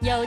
有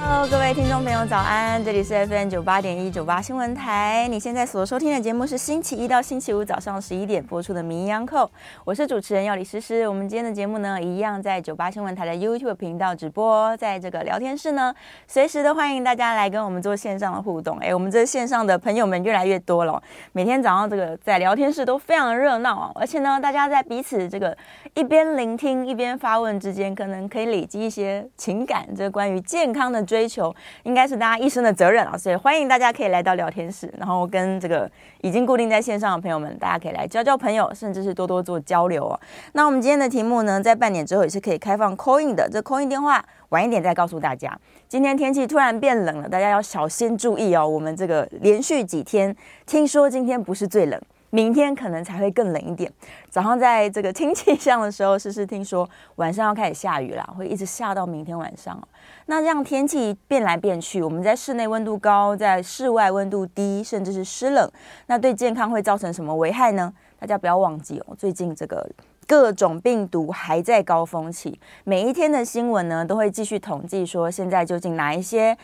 Hello，各位听众朋友，早安！这里是 FM 九八点一九八新闻台。你现在所收听的节目是星期一到星期五早上十一点播出的《名医央叩》，我是主持人要李诗诗。我们今天的节目呢，一样在九八新闻台的 YouTube 频道直播，在这个聊天室呢，随时都欢迎大家来跟我们做线上的互动。哎，我们这线上的朋友们越来越多了哦，每天早上这个在聊天室都非常热闹哦，而且呢，大家在彼此这个一边聆听一边发问之间，可能可以累积一些情感，这关于健康的追求，应该是大家一生的责任啊。所以欢迎大家可以来到聊天室，然后跟这个已经固定在线上的朋友们，大家可以来交交朋友，甚至是多多做交流哦。那我们今天的题目呢，在半点之后也是可以开放 call in 的，这 call in 电话晚一点再告诉大家。今天天气突然变冷了，大家要小心注意哦。我们这个连续几天，听说今天不是最冷，明天可能才会更冷一点。早上在这个听气象的时候，诗诗听说晚上要开始下雨啦，会一直下到明天晚上哦。那这样天气变来变去，我们在室内温度高，在室外温度低，甚至是湿冷，那对健康会造成什么危害呢？大家不要忘记哦，最近这个各种病毒还在高峰期，每一天的新闻呢都会继续统计说现在究竟哪一些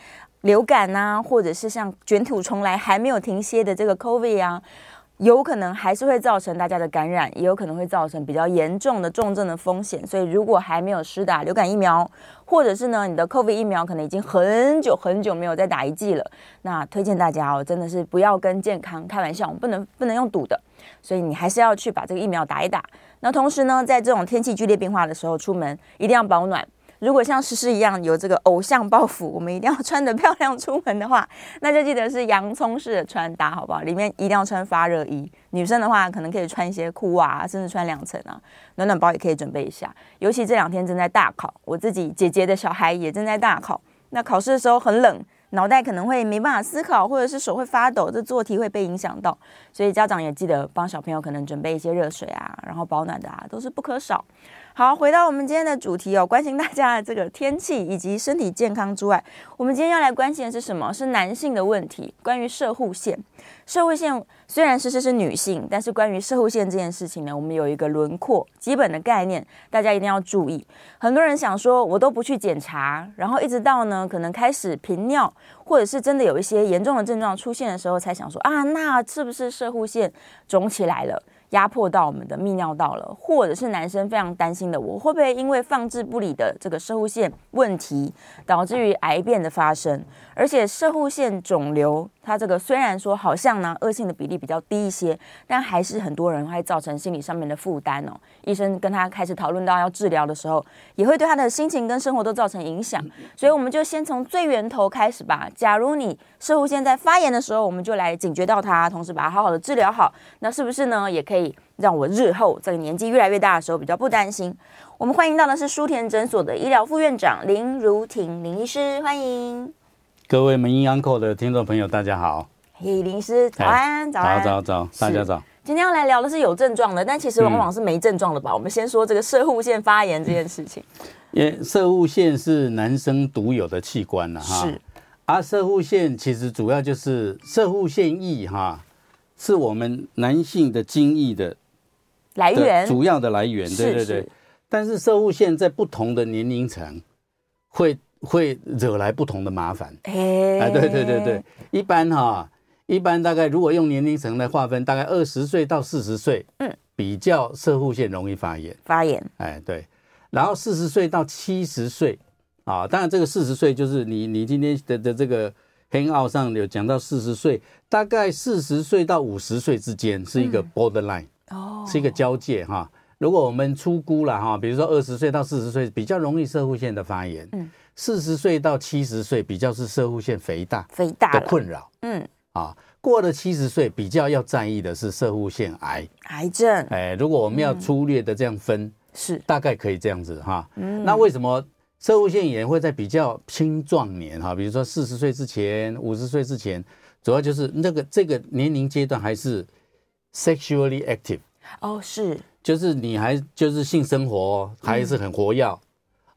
流感啊，或者是像卷土重来还没有停歇的这个 COVID 啊。有可能还是会造成大家的感染，也有可能会造成比较严重的重症的风险。所以，如果还没有施打流感疫苗，或者是呢你的 COVID 疫苗可能已经很久很久没有再打一剂了，那推荐大家哦，真的是不要跟健康开玩笑，我们不能不能用赌的。所以你还是要去把这个疫苗打一打。那同时呢，在这种天气剧烈变化的时候，出门一定要保暖。如果像诗诗一样有这个偶像包袱，我们一定要穿得漂亮出门的话，那就记得是洋葱式的穿搭，好不好？里面一定要穿发热衣。女生的话，可能可以穿一些裤袜、啊，甚至穿两层啊，暖暖包也可以准备一下。尤其这两天正在大考，我自己姐姐的小孩也正在大考。那考试的时候很冷，脑袋可能会没办法思考，或者是手会发抖，这做题会被影响到。所以家长也记得帮小朋友可能准备一些热水啊，然后保暖的啊，都是不可少。好，回到我们今天的主题哦，关心大家的这个天气以及身体健康之外，我们今天要来关心的是什么？是男性的问题，关于射护腺。射护腺虽然是是是女性，但是关于射护腺这件事情呢，我们有一个轮廓基本的概念，大家一定要注意。很多人想说，我都不去检查，然后一直到呢，可能开始频尿，或者是真的有一些严重的症状出现的时候，才想说啊，那是不是射护腺肿起来了？压迫到我们的泌尿道了，或者是男生非常担心的，我会不会因为放置不理的这个射护腺问题，导致于癌变的发生？而且射护腺肿瘤，它这个虽然说好像呢恶性的比例比较低一些，但还是很多人会造成心理上面的负担哦。医生跟他开始讨论到要治疗的时候，也会对他的心情跟生活都造成影响。所以我们就先从最源头开始吧。假如你射护腺在发炎的时候，我们就来警觉到它，同时把它好好的治疗好，那是不是呢？也可以。可以让我日后这个年纪越来越大的时候比较不担心。我们欢迎到的是舒田诊所的医疗副院长林如婷林医师，欢迎。各位门音 uncle 的听众朋友，大家好，哎嘿，林医师，早安，早安，早早大家早。今天要来聊的是有症状的，但其实往往是没症状的吧？我们先说这个射护腺发炎这件事情。因为射护腺是男生独有的器官了哈，是，啊，射护腺其实主要就是射护腺液哈，是我们男性的精液的来的源主要的来源，是对对是对。但是射护腺在不同的年龄层会会惹来不同的麻烦。哎哎，对对对对，，一般哈、一般大概如果用年龄层来划分，大概二十岁到四十岁，嗯，比较射护腺容易发炎，发炎哎，对，然后四十岁到七十岁啊。当然，这个四十岁就是你你今天的的这个 hang out 上有讲到四十岁，大概四十岁到五十岁之间是一个 borderline，、哦，是一个交界哈。如果我们粗估了哈，比如说二十岁到四十岁比较容易社会线的发炎，嗯，四十岁到七十岁比较是社会线肥大肥大的了，困扰嗯，啊。过了七十岁比较要在意的是社会线癌，癌症哎，如果我们要嗯粗略的这样分，是，大概可以这样子哈。嗯那为什么射物腺炎会在比较青壮年哈，比如说四十岁之前、五十岁之前，主要就是那个这个年龄阶段还是 sexually active，哦是，就是你还就是性生活还是很活嗯跃、啊，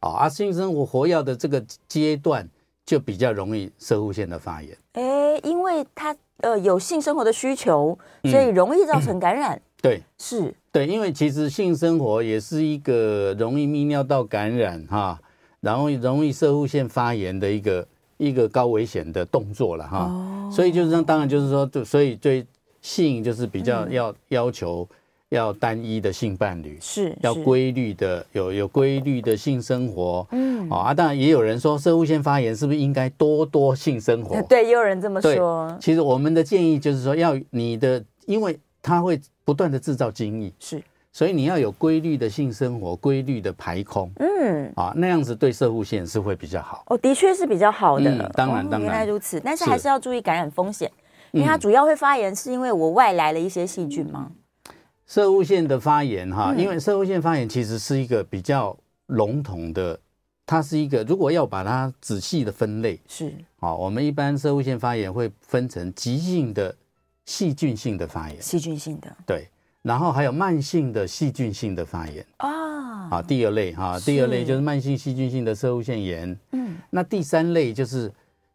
啊，性生活活跃的这个阶段就比较容易射物腺的发炎。哎，因为他呃有性生活的需求，嗯所以容易造成感染，对是对，因为其实性生活也是一个容易泌尿道感染哈，然后容易射物腺发炎的一个一个高危险的动作了哈。哦所以就是说，当然就是说，对，所以对性就是比较要、要求要单一的性伴侣，嗯是要是规律的有有规律的性生活。嗯哦啊，当然也有人说，射物腺发炎是不是应该多多性生活？呃 对，也有人这么对说，其实我们的建议就是说，要你的，因为它会不断的制造精液，是，所以你要有规律的性生活，规律的排空嗯。啊，那样子对射护腺是会比较好。哦，的确是比较好的。嗯当然哦当原来然如此，但是是还是要注意感染风险，因为它嗯主要会发炎，是因为我外来了一些细菌吗？射护腺的发炎哈，嗯因为射护腺发炎其实是一个比较笼统的，它是一个如果要把它仔细的分类是啊，我们一般射护腺发炎会分成急性的细菌性的发炎，细菌性的对，然后还有慢性的细菌性的发炎啊，啊，第二类哈，第二类就是慢性细菌性的射护腺炎，嗯，那第三类就是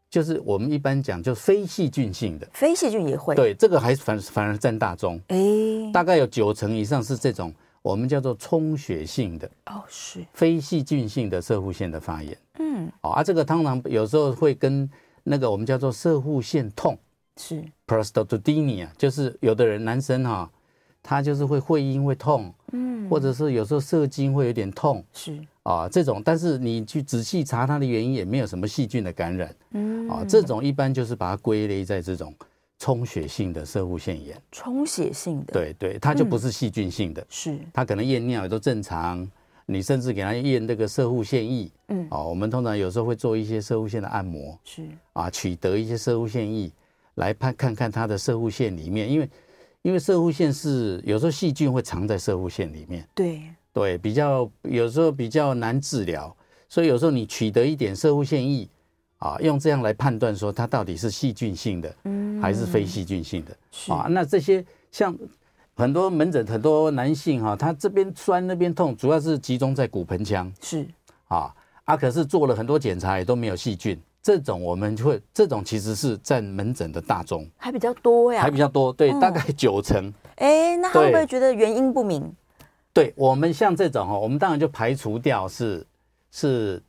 就是我们一般讲就非细菌性的，非细菌也会。，对，这个还反反而占大宗，哎，大概有九成以上是这种我们叫做充血性的哦是，非细菌性的射护腺的发炎。嗯哦，啊，这个通常有时候会跟那个我们叫做射护腺痛是， （prostatinia），就是有的人男生哈、他就是会会阴会痛，嗯或者是有时候射精会有点痛是，啊，这种，但是你去仔细查它的原因，也没有什么细菌的感染。嗯啊，这种一般就是把它归类在这种充血性的射护腺炎。充血性的，，嗯对对，它就不是细菌性的，是它可能验尿也都正常，你甚至给它验这个射护腺液。嗯哦，我们通常有时候会做一些射护腺的按摩是，啊，取得一些射护腺液来判看看它的射护腺里面，因为因为射护腺是有时候细菌会藏在射护腺里面，对，对，比较有时候比较难治疗，所以有时候你取得一点射护腺液啊，用这样来判断说它到底是细菌性的嗯还是非细菌性的、是啊。那这些像很多门诊很多男性哈、他这边酸那边痛，主要是集中在骨盆腔是啊啊，可是做了很多检查也都没有细菌，这种我们会这种其实是占门诊的大宗，还比较多呀还。比较多，对，大嗯概九成。哎，那他会不对会觉得原因不明？对我们像这种哈，我们当然就排除掉是是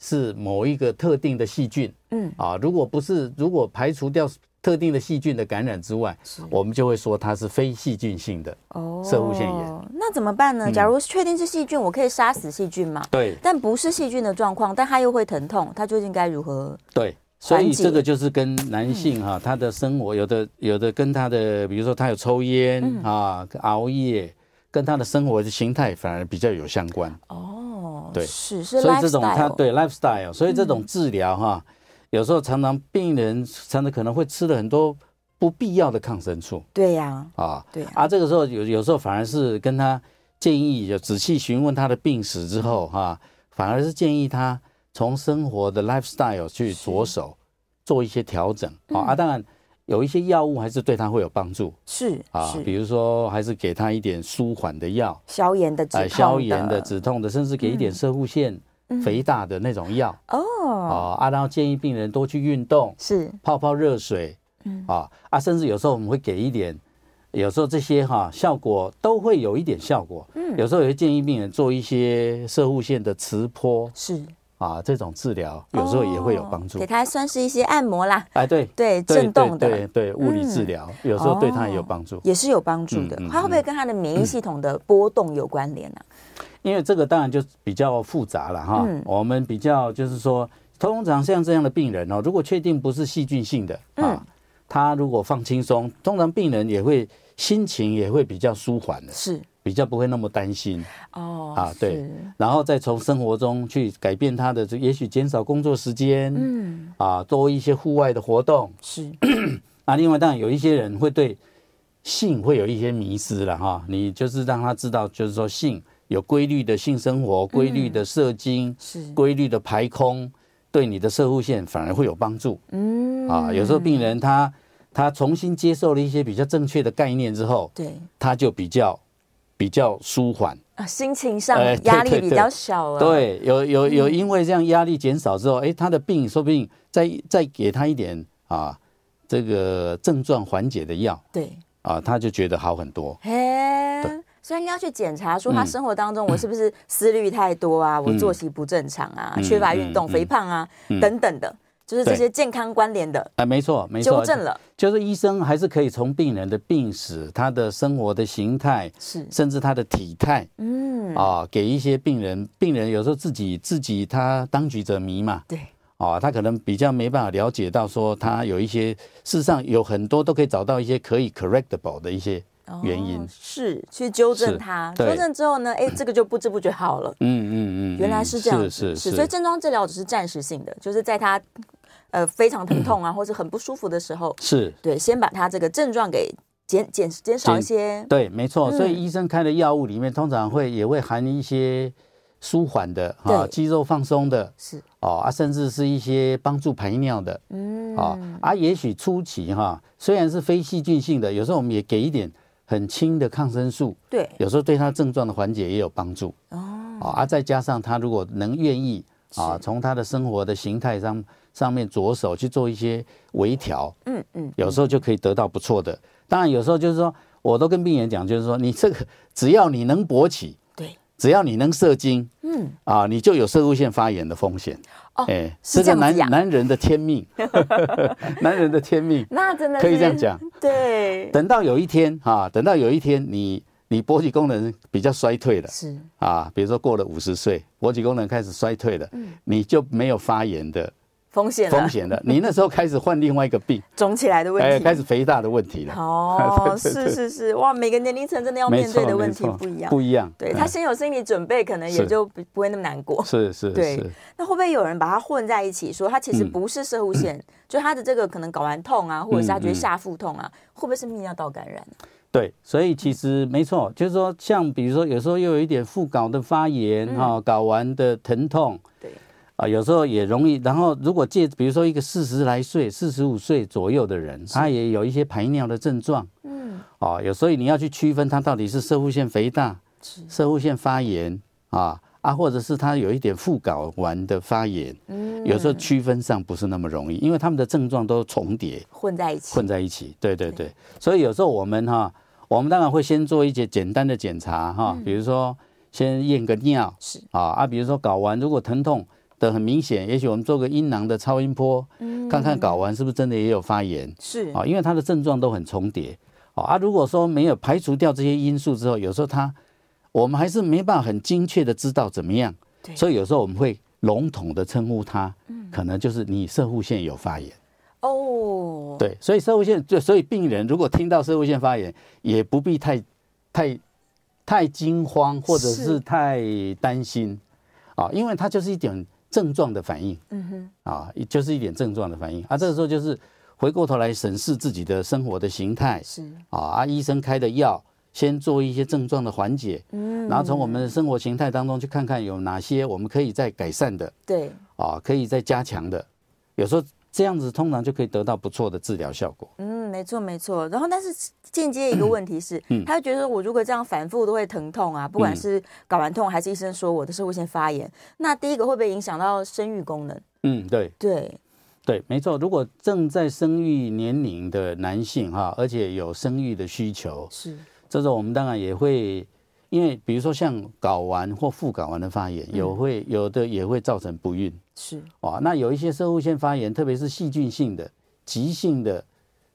是某一个特定的细菌嗯，啊。如果不是，如果排除掉特定的细菌的感染之外，是我们就会说它是非细菌性的。哦射物腺炎。那怎么办呢？嗯假如确定是细菌，我可以杀死细菌吗？对但不是细菌的状况，但它又会疼痛，它究竟该如何？对，所缓以解这个就是跟男性嗯哈、他的生活有的有的跟他的，比如说他有抽烟嗯啊、熬夜，跟他的生活的形态反而比较有相关。哦，对是是所以这种它 lifestyle，嗯对 lifestyle，所以这种治疗哈，有时候常常病人常常可能会吃了很多不必要的抗生素对呀、啊，对呀、啊，这个时候有有时候反而是跟他建议，有仔细询问他的病史之后哈、反而是建议他从生活的 lifestyle 去着手做一些调整嗯啊，啊，当然有一些药物还是对他会有帮助是啊，比是如说还是给他一点舒缓的药。消炎的止痛呃的，嗯消炎的、止痛的，甚至给一点射护腺肥大的那种药啊、哦，啊，然后建议病人多去运动，是泡泡热水，嗯啊啊，甚至有时候我们会给一点，有时候这些哈、效果都会嗯有一点效果，有时候也会建议病人做一些射护腺的磁波是哦啊这种治疗，有时候也会有帮助哦给。他算是一些按摩啦，哎，对，对，对震动对对的。嗯对，物理治疗有时候对他也有哦帮助。也是有帮助的，嗯嗯它会不会跟他的免疫系统的波动有关联啊呢、因为这个当然就比较复杂了哈。嗯我们比较就是说，通常像这样的病人哦，如果确定不是细菌性的啊，嗯他如果放轻松，通常病人也会心情也会比较舒缓的，是比较不会那么担心。哦，啊对是，然后再从生活中去改变他的，就也许减少工作时间，嗯，啊，多一些户外的活动。是啊，另外当然有一些人会对性会有一些迷失了哈，你就是让他知道，就是说性有规律的性生活、规律的射精、是，规律的排空，对你的射护线反而会有帮助嗯啊。有时候病人他他重新接受了一些比较正确的概念之后，对他就比较比较舒缓。啊，心情上哎对压力对比对较小了，，对，有有有，因为这样压力减少嗯之后，哎，他的病说不定再再给他一点啊，这个症状缓解的药对，啊，他就觉得好很多。嘿对，所以你要去检查，说他嗯生活当中我是不是思虑太多啊，我作息不正常啊，缺乏运动、嗯嗯肥胖啊、嗯等等的，就是这对些健康关联的啊，没错，没错，纠正了，就是医生还是可以从病人的病史、他的生活的形态，是，甚至他的体态嗯，啊，给一些病人，病人有时候自己自己他当局者迷嘛，对，啊，他可能比较没办法了解到说他有一些，事实上有很多都可以找到一些可以 correctable 的一些原因哦。是去纠正是它，对纠正之后呢，哎，这个就不知不觉好了。嗯嗯嗯，原来是这样子，是是所以是，症状治疗只是暂时性的，就是在他呃非常 疼痛啊，或者很不舒服的时候，是对，先把他这个症状给减减减少一些，对，没错。所以嗯医生开的药物里面，通常会也会含一些舒缓的啊，对肌肉放松的是，哦啊，甚至是一些帮助排尿的嗯，啊、啊，也许初期哈、虽然是非细菌性的，有时候我们也给一点很轻的抗生素，对，有时候对他症状的缓解也有帮助哦，啊、啊，再加上他如果能愿意啊，从他的生活的形态上上面着手去做一些微调，嗯嗯，有时候就可以得到不错的。当然，有时候就是说，我都跟病人讲，就是说，你这个只要你能勃起，对，只要你能射精嗯，啊，你就有射入腺发炎的风险。哦哎是这个样男子呀男人的天 命，男人的天命，那真的可以这样是，讲。对，等到有一天啊，等到有一天你你勃起功能比较衰退了是啊，比如说过了五十岁，勃起功能开始衰退了，嗯你就没有发炎的风险了风险了。你那时候开始患另外一个病，肿起来的 问哎，题，开始肥大的问题了。哦， 对对是是是，哇，每个年龄层真的要没面对错，的问没题错不一样，不一样。对嗯他先有心理准备，可能也是就不不会那么难过。是是对是，那会不会有人把它混在一起，说它其实嗯不是射护腺，就它的这个可能睾丸痛啊，或者是他觉得嗯嗯下腹痛啊，会不会是泌尿道感染啊、对，所以其实没错，就是说，像比如说，有时候又有一点副睾的发炎嗯哈，睾丸的疼痛对，啊，有时候也容易。然后如果借，比如说一个四十来岁、四十五岁左右的人，他也有一些排尿的症状嗯，啊，有所以你要去区分他到底是射护腺肥大、是，射护腺发炎啊啊，或者是他有一点副睾丸的发炎，嗯有时候区分上不是那么容易，因为他们的症状都重叠。混在一起混，在一起。对对对，所以有时候我们哈、我们当然会先做一些简单的检查哈、比如说先验个尿嗯是啊啊，比如说睾丸如果疼痛的很明显，也许我们做个阴囊的超音波，嗯看看睾丸是不是真的也有发炎是啊，因为它的症状都很重叠啊啊，如果说没有排除掉这些因素之后，有时候它我们还是没办法很精确的知道怎么样对，嗯所以有时候我们会笼统的称呼它，可能就是你射护腺有发炎。哦，，对，所以射物线，就所以病人如果听到射物线发炎，也不必太太太惊慌，或者是是太担心啊，因为它就是一点症状的反应嗯哼，啊，就是一点症状的反应啊。这个时候就是回过头来审视自己的生活的形态是，啊，啊，医生开的药。先做一些症状的缓解，嗯然后从我们的生活形态当中去看看有哪些我们可以再改善的对，啊，可以再加强的。有时候这样子通常就可以得到不错的治疗效果。嗯，没错没错。然后，但是间接一个问题是，他会觉得我如果这样反复都会疼痛啊，不管嗯是睾丸痛还是医生说我的射会腺发炎，那第一个会不会影响到生育功能？嗯，对对，对，没错。如果正在生育年龄的男性哈、而且有生育的需求，是，这种我们当然也会因为比如说像睾丸或副睾丸的发炎，有会有的也会造成不孕是哦。那有一些射物腺发炎，特别是细菌性的、急性的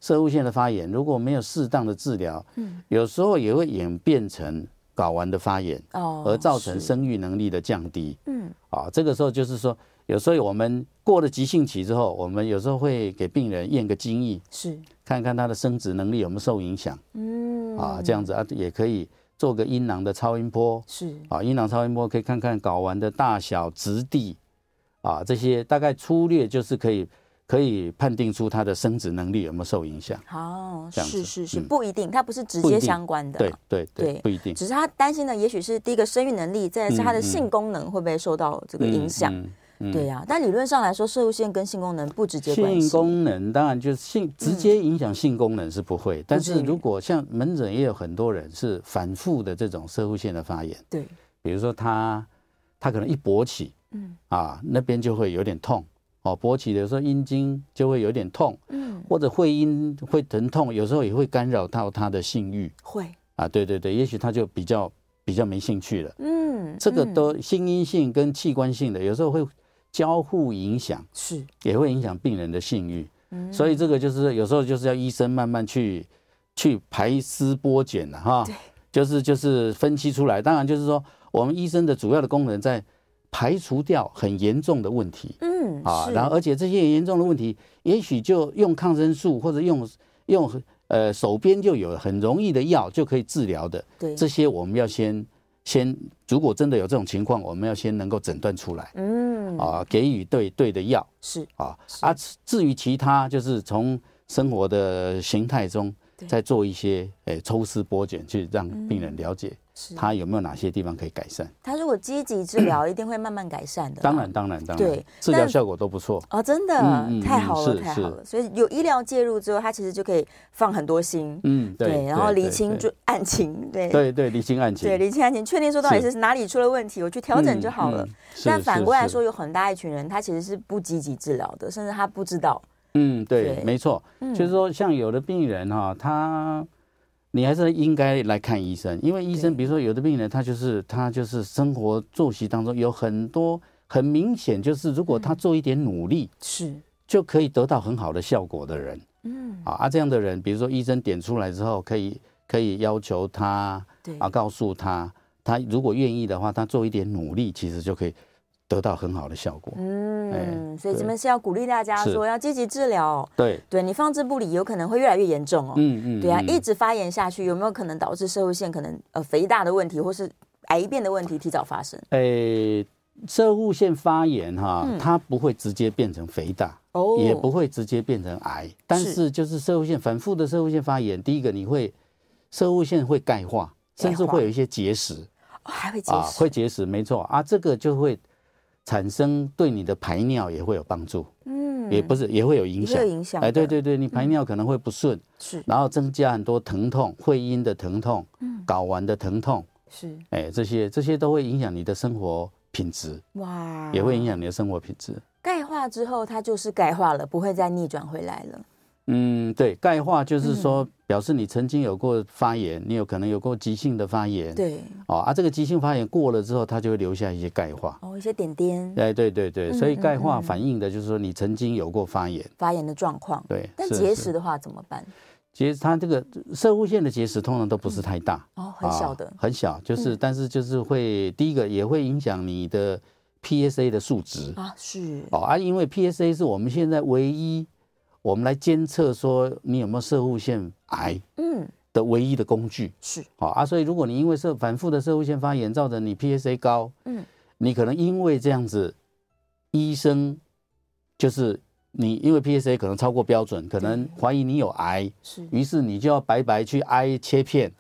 射物腺的发炎，如果没有适当的治疗，嗯，有时候也会演变成睾丸的发炎，哦，而造成是生育能力的降低。嗯，啊，这个时候就是说，有时候我们过了急性期之后，我们有时候会给病人验个精液，是看看他的生殖能力有没有受影响。嗯啊，这样子啊，也可以做个阴囊的超音波是啊，阴囊超音波可以看看睾丸的大小、质地啊，这些大概粗略就是可以可以判定出它的生殖能力有没有受影响。好这样是子是是，嗯不一定，它不是直不一接定相关的对嘛，对对对，不一定只是他担心的也许是第一个生育能力，再来是他的嗯嗯性功能会不会受到这个影响。嗯嗯嗯对呀、但理论上来说，射物腺跟性功能不直接关系。性功能当然就是性直接影响性功能是不会，但至是于如果像门诊也有很多人是反复的这种射护腺的发炎，对，比如说他他可能一勃起，嗯啊那边就会有点痛哦，勃起的时候阴茎就会有点痛，嗯，或者会阴会疼痛，有时候也会干扰到他的性欲会，啊，对对对，也许他就比较比较没兴趣了，嗯，这个嗯都心因性跟器官性的有时候会交互影响。是也会影响病人的性欲。嗯所以这个就是有时候就是要医生慢慢去去排丝剥茧了、哈。就是就是分析出来。当然就是说，我们医生的主要的功能在排除掉很严重的问题嗯啊，是然后而且这些严重的问题，也许就用抗生素或者用用呃手边就有很容易的药就可以治疗的，对，这些我们要先先，如果真的有这种情况，我们要先能够诊断出来嗯啊，给予对对的药。是啊啊，至至于其他，就是从生活的形态中对，再做一些诶、抽丝剥茧，去让病人了解是。他有没有哪些地方可以改善。他如果积极治 疗，一定会慢慢改善的啦。当然，当然，当然，对治疗但效果都不错。哦，真的、嗯嗯太好了，是太是好了。所以有医疗介入之后，他其实就可以放很多心，嗯，对，然后对理对清对就案情，对对对理清案情，对，理清案情，确定说到底是是哪里出了问题，我去调整就好了。嗯。嗯是但是反过来是说，有很大一群人他其实是不积极治疗的，甚至他不知道。嗯，对对，没错，嗯就是说，像有的病人哈、他你还是应该来看医生，因为医生，对比如说有的病人，他就是他就是生活作息当中有很多很明显，就是如果他做一点努力，是，就可以得到很好的效果的人嗯，啊啊，这样的人，比如说医生点出来之后，可以可以要求他对啊，告诉他，他如果愿意的话，他做一点努力，其实就可以得到很好的效果。嗯，哎所以这对边是要鼓励大家是说要积极治疗哦，对，对你放置不理，有可能会越来越严重哦。嗯嗯，对啊，嗯一直发炎下去，有没有可能导致社会线可能呃肥大的问题，或是癌变的问题提早发生？诶，射护腺发炎哈嗯，它不会直接变成肥大，哦也不会直接变成癌，但是是就是射护腺反复的射护腺发炎，第一个你会射护腺会钙化，甚至钙化会有一些结石哦还会结啊，石，会结石，没错啊，这个就会产生对你的排尿也会有帮助，嗯也不是也会有影也响会有。影响。嗯哎，对，对对，你排尿可能会不顺，是然后增加很多疼痛，会阴的疼痛，嗯睾丸的疼痛，是，哎，这些这些都会影响你的生活品质。哇，也会影响你的生活品质。钙化之后，它就是钙化了，不会再逆转回来了。嗯，对，钙化就是嗯说表示你曾经有过发炎，你有可能有过急性的发炎。，对，哦啊，这个急性发炎过了之后，它就会留下一些钙化。哦，一些点点哎，对对对，嗯所以钙嗯化嗯反映的就是说你曾经有过发炎。发炎的状况。对，但是结是石的话怎么办？其实它这个射物腺的结石通常都不是太大，哦，很小的嗯啊，很小，就是、但是就是会第一个也会影响你的 PSA 的数值。啊，是哦啊，因为 PSA 是我们现在唯一我们来监测说你有没有射护腺癌嗯的唯一的工具。是好、啊，所以如果你因为射反复的射护腺发炎，造成你 PSA 高，嗯，你可能因为这样子，医生就是你因为 PSA 可能超过标准，可能怀疑你有癌，是，于是你就要白白去挨切片，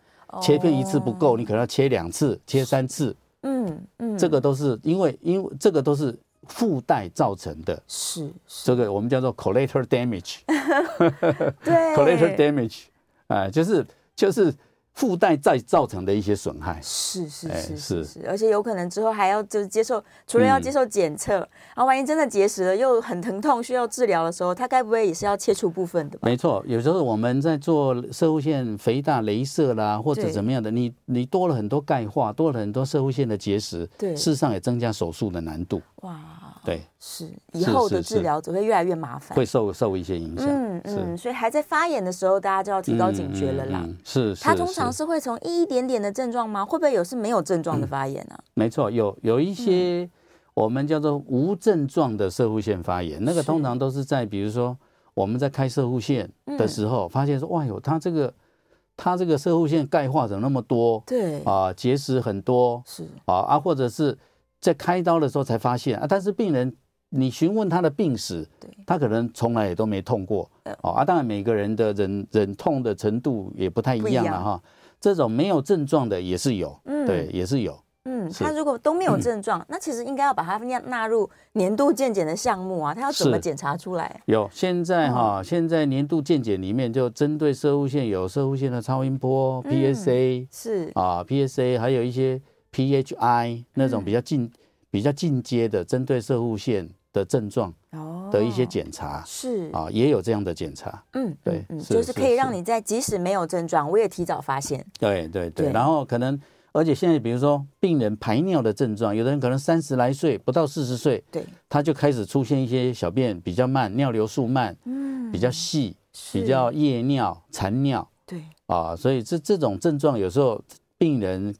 切片一次不够，哦你可能要切两次、切三次，嗯嗯，这个都是因为因为这个都是附带造成的。是是，这个我们叫做 collateral damage，collateral 对 damage，啊、就是就是附带再造成的一些损害。是是哎是是嗯是，而且有可能之后还要就是接受，除了要接受检测，然后万一真的结石了又很疼痛需要治疗的时候，它该不会也是要切除部分的吧？没错，有时候我们在做射物线肥大、镭射啦，或者对怎么样的，你你多了很多钙化，多了很多射物线的结石，对嗯事实上也增加手术的难度，哇，对，是以后的是是治疗只会越来越麻烦。会受受一些影响。嗯是嗯，所以还在发炎的时候，大家就要提高警觉了啦。嗯嗯嗯是，它是通常是嗯是会从一点点的症状吗？会不会有是没有症状的发炎啊？没错，有有一嗯些我们叫做无症状的射护腺发炎，那个是通常都是在比如说我们在开射护腺嗯的时候，发现说哇哟，它这个它这个射护腺钙化怎么那么多对，啊、结石很多是啊啊，或者是在开刀的时候才发现啊，但是病人你询问他的病史对，他可能从来也都没痛过呃哦啊，当然每个人的忍忍痛的程度也不太一不一样了样哈，这种没有症状的也是有，嗯对，也是有。嗯，是他如果都没有症状，那其实应该要把它纳纳入年度健检的项目啊。他要怎么是检查出来？有，现在嗯哈、现在年度健检里面就针对射物线有射物线的超音波、嗯 PSA 是啊、PSA，还有一些嗯 PHI 那种比较进、比较进阶的，针对射物线的症状哦的一些检查是啊、也有这样的检查。嗯，对嗯，嗯是就是可以是让是你在即使没有症状，我也提早发现。对对对，对然后可能。而且现在，比如说病人排尿的症状，有的人可能三十来岁，不到四十岁，对，他就开始出现一些小便比较慢、尿流速慢、嗯比较细、是比较夜尿、残尿，对，啊，所以这这种症状有时候病人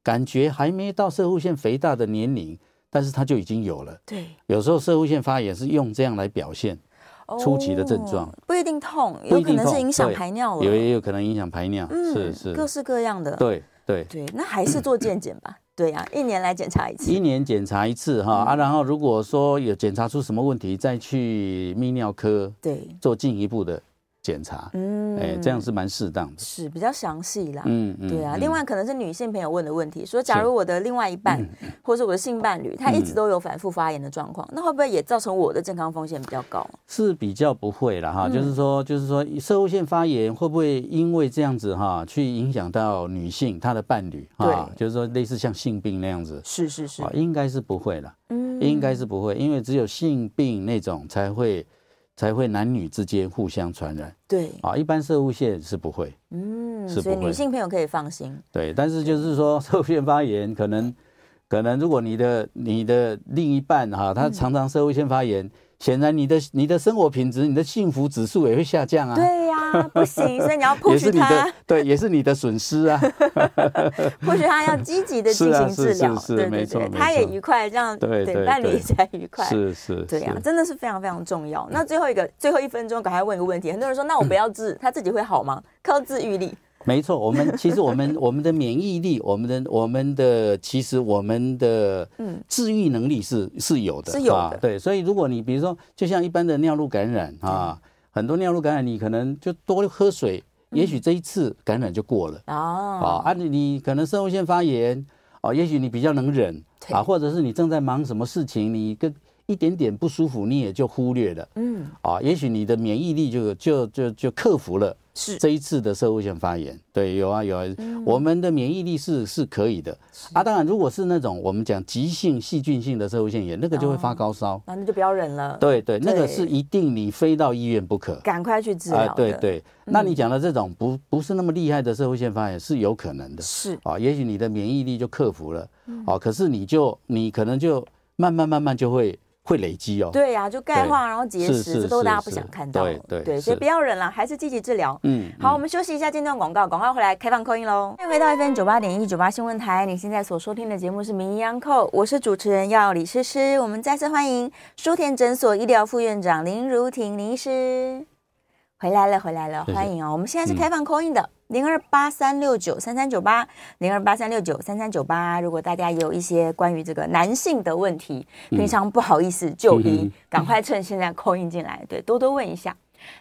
感觉还没到射护腺肥大的年龄，但是他就已经有了。对，有时候射护腺发炎是用这样来表现，初期的症状哦不一定痛，不有一可定能是痛影响对排尿了。有也有可能影响排尿，是哦嗯各是，式各样的。对对，对，那还是做健检吧。对呀，一年来检查一次一。年检查一次嗯哈啊，然后如果说有检查出什么问题，再去泌尿科对，做进一步的检查，嗯哎，这样是蛮适当的。是比较详细啦。嗯嗯，对啊，嗯另外可能是女性朋友问的问题，说假是如我的另外一半或是我的性伴侣，他一直都有反复发炎的状况，那会不会也造成我的健康风险比较高？是比较不会了嗯哈，就是说，就是说，射物腺发炎会不会因为这样子哈，去影响到女性她的伴侣啊？对就是说，类似像性病那样子是是是啊，应该是不会了，嗯应该是不会，因为只有性病那种才会才会男女之间互相传染对，啊，一般射物腺是不会。嗯，哦是所以不会女性朋友可以放心。对，但是就是哦说， 射物腺发炎可能可能，如果你的你的另一半哈、他嗯常常射物腺发炎，显然你的你的生活品质、你的幸福指数也会下降啊。对呀、不行，所以 你要也是 push 你的他，对，也是你的损失啊。 ，push 他要积极的 是进啊行是治是疗，是对没对错对，没他也错愉快，这样对对伴侣对也才愉 快。是是，对呀、是真的是非常非常重要。那最后一个，最后一分钟，赶快问一个问题。很多人说，那我不要治，他自己会好吗？靠自愈力，没错。我们其实我们 我们的免疫力，我们的我们的其实我们的嗯治愈能力是是有的，是有啊的对，所以如果你比如说，就像一般的尿路感染啊，嗯很多尿路感染你可能就多喝水，也许这一次感染就过了。哦，啊，啊，你你可能肾物腺发炎，哦，也许你比较能忍对啊，或者是你正在忙什么事情，你跟一点点不舒服你也就忽略了，嗯，啊，也许你的免疫力就就就就克服了是这一次的肾物腺发炎。对，有啊有啊，嗯我们的免疫力是是可以的啊。当然，如果是那种我们讲急性细菌性的肾物腺炎，那个就会发高烧。那你就不要忍了，对对，那个对是一定你非到医院不可。赶快去治疗、啊、对，对，嗯那你讲的这种不不是那么厉害的社会腺发炎是有可能的是嗯啊，也许你的免疫力就克服了，哦、可是你就你可能就慢慢慢慢就会会累积哦。，对呀、就钙对化，然后结是石，是这都是大家不是想看到对的。对所以是不要忍了，还是积极治疗。嗯，好，我们休息一下，间段广告，广告回来开放扣音喽。欢迎回到 FM 九八点一九八新闻台，你现在所收听的节目是《名医央叩》，我是主持人要李诗诗。我们再次欢迎舒田诊所医疗副院长林如婷林医师回来了，回来了，谢谢欢迎哦！我们现在是开放扣音的。零二八三六九三三九八，零二八三六九三三九八。如果大家有一些关于这个男性的问题，平常不好意思就医，赶快趁现在扣音进来，对，多多问一下。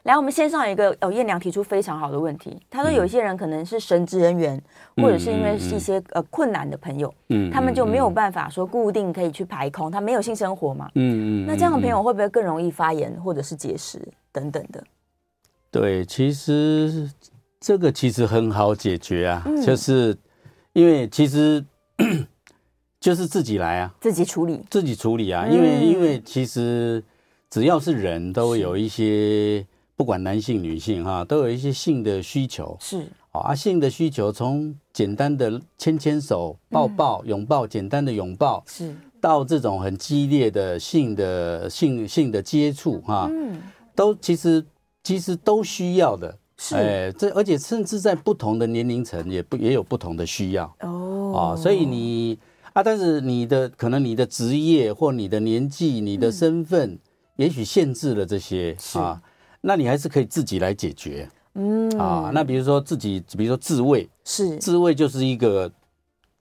来，我们线上有一个哦，燕良提出非常好的问题，他嗯说有一些人可能是神职人员，或者是因为是一些呃困难的朋友，嗯他们就没有办法说固定可以去排空，他没有性生活嘛，嗯嗯那这样的朋友会不会更容易发炎或者是结石等等的？对，其实这个其实很好解决啊，就是因为其实就是自己来啊，自己处理，自己处理啊，因为因为其实只要是人都有一些，不管男性女性哈、都有一些性的需求。是好啊，性的需求从简单的牵牵手、抱抱、拥抱，简单的拥抱，是，到这种很激烈的性的性性的接触哈、嗯都其实其实都需要的。是哎这而且甚至在不同的年龄层也不也有不同的需要哦啊、所以你啊，但是你的可能你的职业或你的年纪、你的身份，也许限制了这些啊，那你还是可以自己来解决。嗯啊，那比如说自己，比如说自慰，是自慰就是一个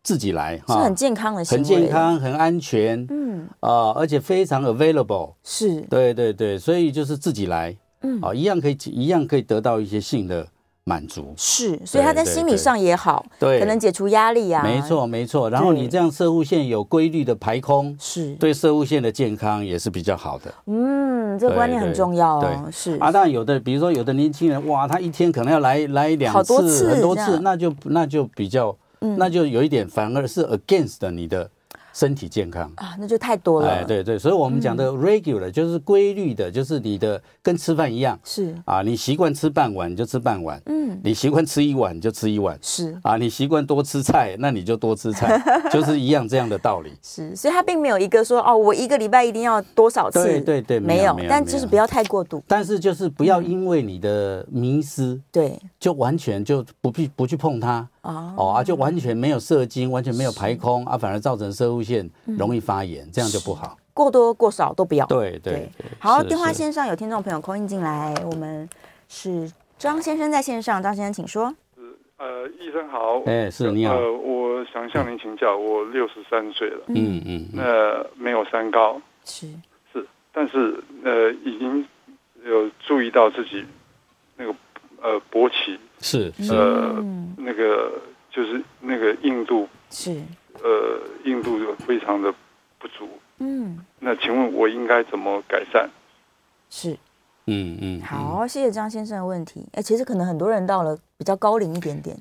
自己来是哈很，健康的行为，很健，康、很安全嗯，啊，而且非常 available。是对对对，所以就是自己来，嗯啊，一样可以一样可以得到一些性的满足。是，所以他在对对心理对上也好，对可能解除压力啊，没，错没错，然后对你这样射物线有规律的排空，是，对射物线的健康也是比较好的嗯，这个对观念很对重要哦，对是啊。当然有的，比如说有的年轻人，哇，他一天可能要来来两次、好多次很多这次，样嗯那就那就比较，那就有一点反而是 against 你的身体健康。啊，那就太多了，哎，对对，所以我们嗯讲的 regular、就是规律的，就是你的跟吃饭一样是啊，你习惯吃半碗你就吃半碗，嗯，你习惯吃一碗你就吃一碗，是啊，你习惯多吃菜，那你就多吃菜， 就是一样这样的道理。是，所以他并没有一个说哦，我一个礼拜一定要多少次，对对对没没有有没，有但没就是有不要太过度，但是就是不要因为你的迷失，对就完全就不去不去碰它啊，哦啊，就完全没有射精，完全没有排空啊，反而造成射物线容易发炎，这样就不好。过多过少都不要，对对，对好，是电话是线上有听众朋友空音进来，我们是张先生在线上，张先生请说。呃，医生好。哎是你好呃，我想向您请教，我六十三岁了，嗯嗯嗯，那没有三高，是是，但是呃，已经有注意到自己那个呃勃起，是嗯是呃，那个就是那个硬度，是，呃，硬度有非常的不足。嗯那请问我应该怎么改善？是。嗯嗯，嗯好，谢谢张先生的问题。哎、其实可能很多人到了比较高龄一点点，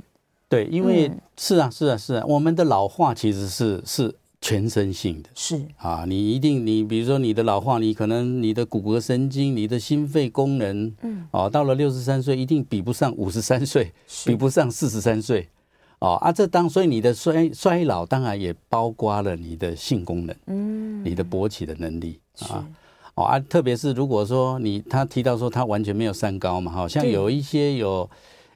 对，因为嗯是啊是啊是啊，我们的老化其实是是全身性的。是啊，你一定你比如说你的老化，你可能你的骨骼神经、你的心肺功能，嗯，哦，到了六十三岁一定比不上五十三岁，比不上四十三岁，哦啊，这当所以你的衰衰老当然也包括了你的性功能，嗯，你的勃起的能力啊。哦啊，特别是如果说你他提到说他完全没有三高嘛，好、像对有一些有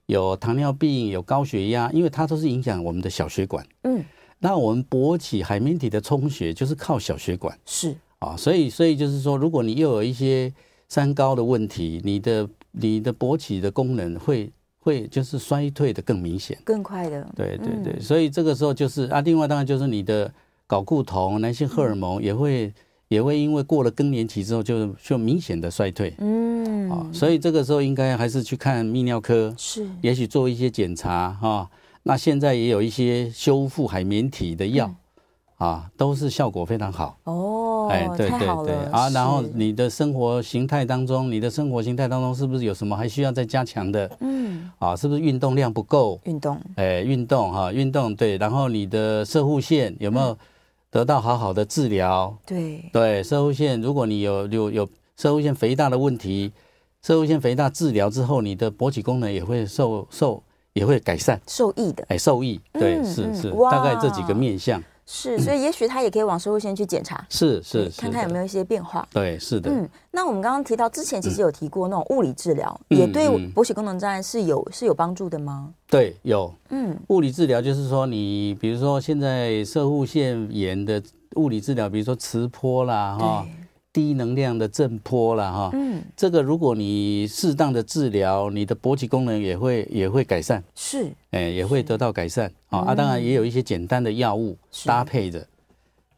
有糖尿病、有高血压，因为它都是影响我们的小血管。嗯，那我们勃起海绵体的充血就是靠小血管是啊，所以所以就是说，如果你又有一些三高的问题，你的你的勃起的功能会会就是衰退的更明显。更快的，对对对，所以这个时候就是啊，另外当然就是你的睾固酮、男性荷尔蒙也会、也会因为过了更年期之后就就明显的衰退嗯，啊，所以这个时候应该还是去看泌尿科，是也许做一些检查哈、那现在也有一些修复海绵体的药、啊，都是效果非常好。哦，哎，对太对好对了啊，然后是你的生活形态当中，你的生活形态当中是不是有什么还需要再加强的？嗯，啊，是不是运动量不够？运动哎，运动哈、运动对，然后你的射护线有没嗯有得到好好的治疗？对对，射护线，如果你有有有射护线肥大的问题，射护线肥大治疗之后，你的勃起功能也会受受也会改善，受益的哎，受益。对，嗯嗯是是，哇大概这几个面向，是，所以也许他也可以往生物线去检查，是嗯是对是，看看有没有。有一些变化。对，是的，嗯，那我们刚刚提到之前，其实有提过那种物理治疗，嗯也对嗯勃起功能障碍是有是有帮助的吗？对，有嗯，物理治疗就是说你，比如说现在射护腺炎的物理治疗，比如说磁波啦，哈，低能量的震波啦，哈，嗯，这个如果你适当的治疗，你的勃起功能也会也会改善，是哎、也会得到改善啊、啊！当然也有一些简单的药物搭配着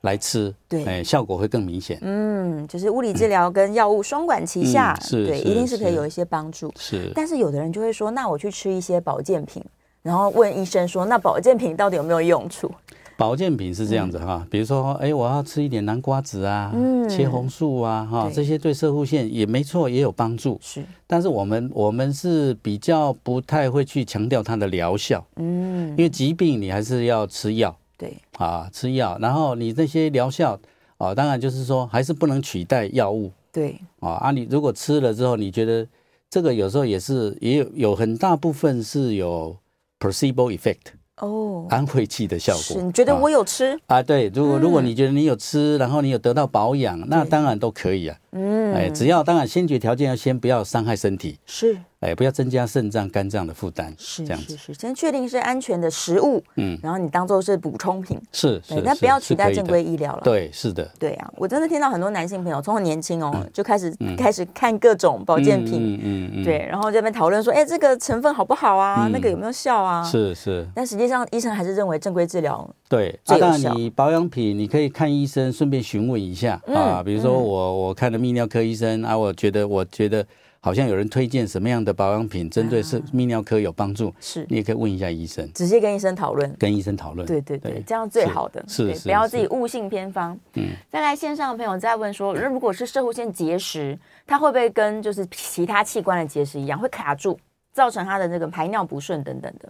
来吃，对哎、效果会更明显。嗯，就是物理治疗跟药物双管齐下，嗯是对，是一定是可以是有一些帮助。是，但是有的人就会说，那我去吃一些保健品，然后问医生说，那保健品到底有没有用处？保健品是这样子哈，比如说，哎，我要吃一点南瓜子啊，嗯切红素啊，哈，对这些对射护线也没错，也有帮助。是，但是我们我们是比较不太会去强调它的疗效，嗯因，为疾病你还是要吃药对，啊，吃药，然后你那些疗效啊，当然就是说还是不能取代药物对，啊。啊，你如果吃了之后，你觉得这个有时候也是也有有很大部分是有 placebo effect 哦，安慰剂的效果。是，你觉得啊我有吃？啊，对，如果如果嗯你觉得你有吃，然后你有得到保养，那对当然都可以啊。嗯，哎，只要当然先决条件要先不要伤害身体，是哎，不要增加肾脏、肝脏的负担，是这样是子。是，先确定是安全的食物，嗯，然后你当做是补充品，是对，是，但是不要是取代可以正的规医疗了。对，是的，对啊，我真的听到很多男性朋友从很年轻哦就开始嗯开始看各种保健品，嗯嗯嗯，对，然后这边讨论说，哎，这个成分好不好啊？嗯那个有没有效啊？嗯，。是是，但实际上，医生还是认为正规治疗对。最啊，有当效然你保养品你可以看医生，顺便询问一下啊，嗯比如说嗯我我看了泌尿科医生啊，我觉得我觉得好像有人推荐什么样的保养品针对啊是泌尿科有帮助，是你也可以问一下医生，直接跟医生讨论。跟医生讨论。对对对，对这样最好的，是对是不要是自己误信偏方。嗯，再来线上的朋友在问说，如果是射护腺结石，它会不会跟就是其他器官的结石一样，会卡住，造成它的那个排尿不顺等等的？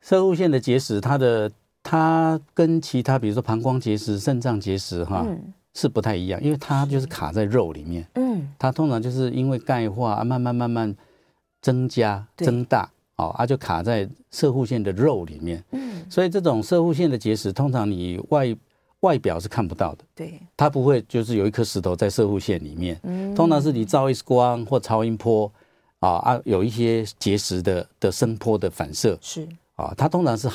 射物腺的结石，它的它跟其他比如说膀胱结石、肾脏结石哈、嗯是不太一样，因为它就是卡在肉里面，嗯，它通常就是因为钙化啊慢慢慢慢增加对增大。哦，啊，就卡在射护腺的肉里面，嗯，所以这种射护腺的结石，通常你外外表是看不到的，对，它不会就是有一颗石头在射护腺里面，嗯通常是你照 X 光或超音波，啊啊，有一些结石的的声波的反射，是，啊，它通常是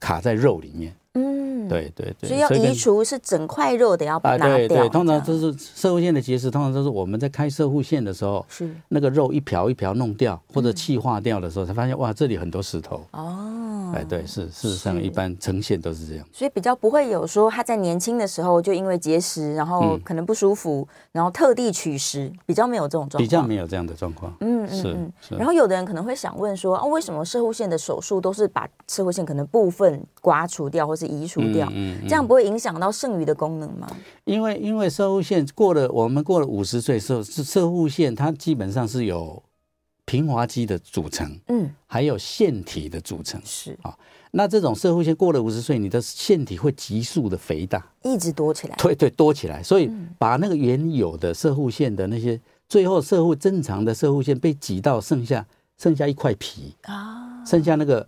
卡在肉里面。嗯，，对对对，所以要跟移除是整块肉得要拿啊，掉。对对，通这常样就是射护线的结石，通常都是我们在开射护线的时候，是那个肉一瓢一瓢弄掉或者气化掉的时候，才发现哇，这里很多石头。哦，哎，对，是事实上是一般呈现都是这样。所以比较不会有说他在年轻的时候就因为结石，然后嗯可能不舒服，然后特地取食，比较没有这种状况。比较没有这样的状况。嗯嗯是嗯。是然后有的人可能会想问说，啊，为什么射护线的手术都是把射护线可能部分刮除掉或是移除掉，嗯这样不会影响到剩余的功能吗？因为因为射护线过了，我们过了五十岁之后，射射护线它基本上是有平滑肌的组成，嗯，还有腺体的组成。是那这种射护线过了五十岁，你的腺体会急速的肥大。一直多起来。对对，多起来，所以嗯把那个原有的射护线的那些，最后射护正常的射护线被挤到剩下剩下一块皮啊，剩下那个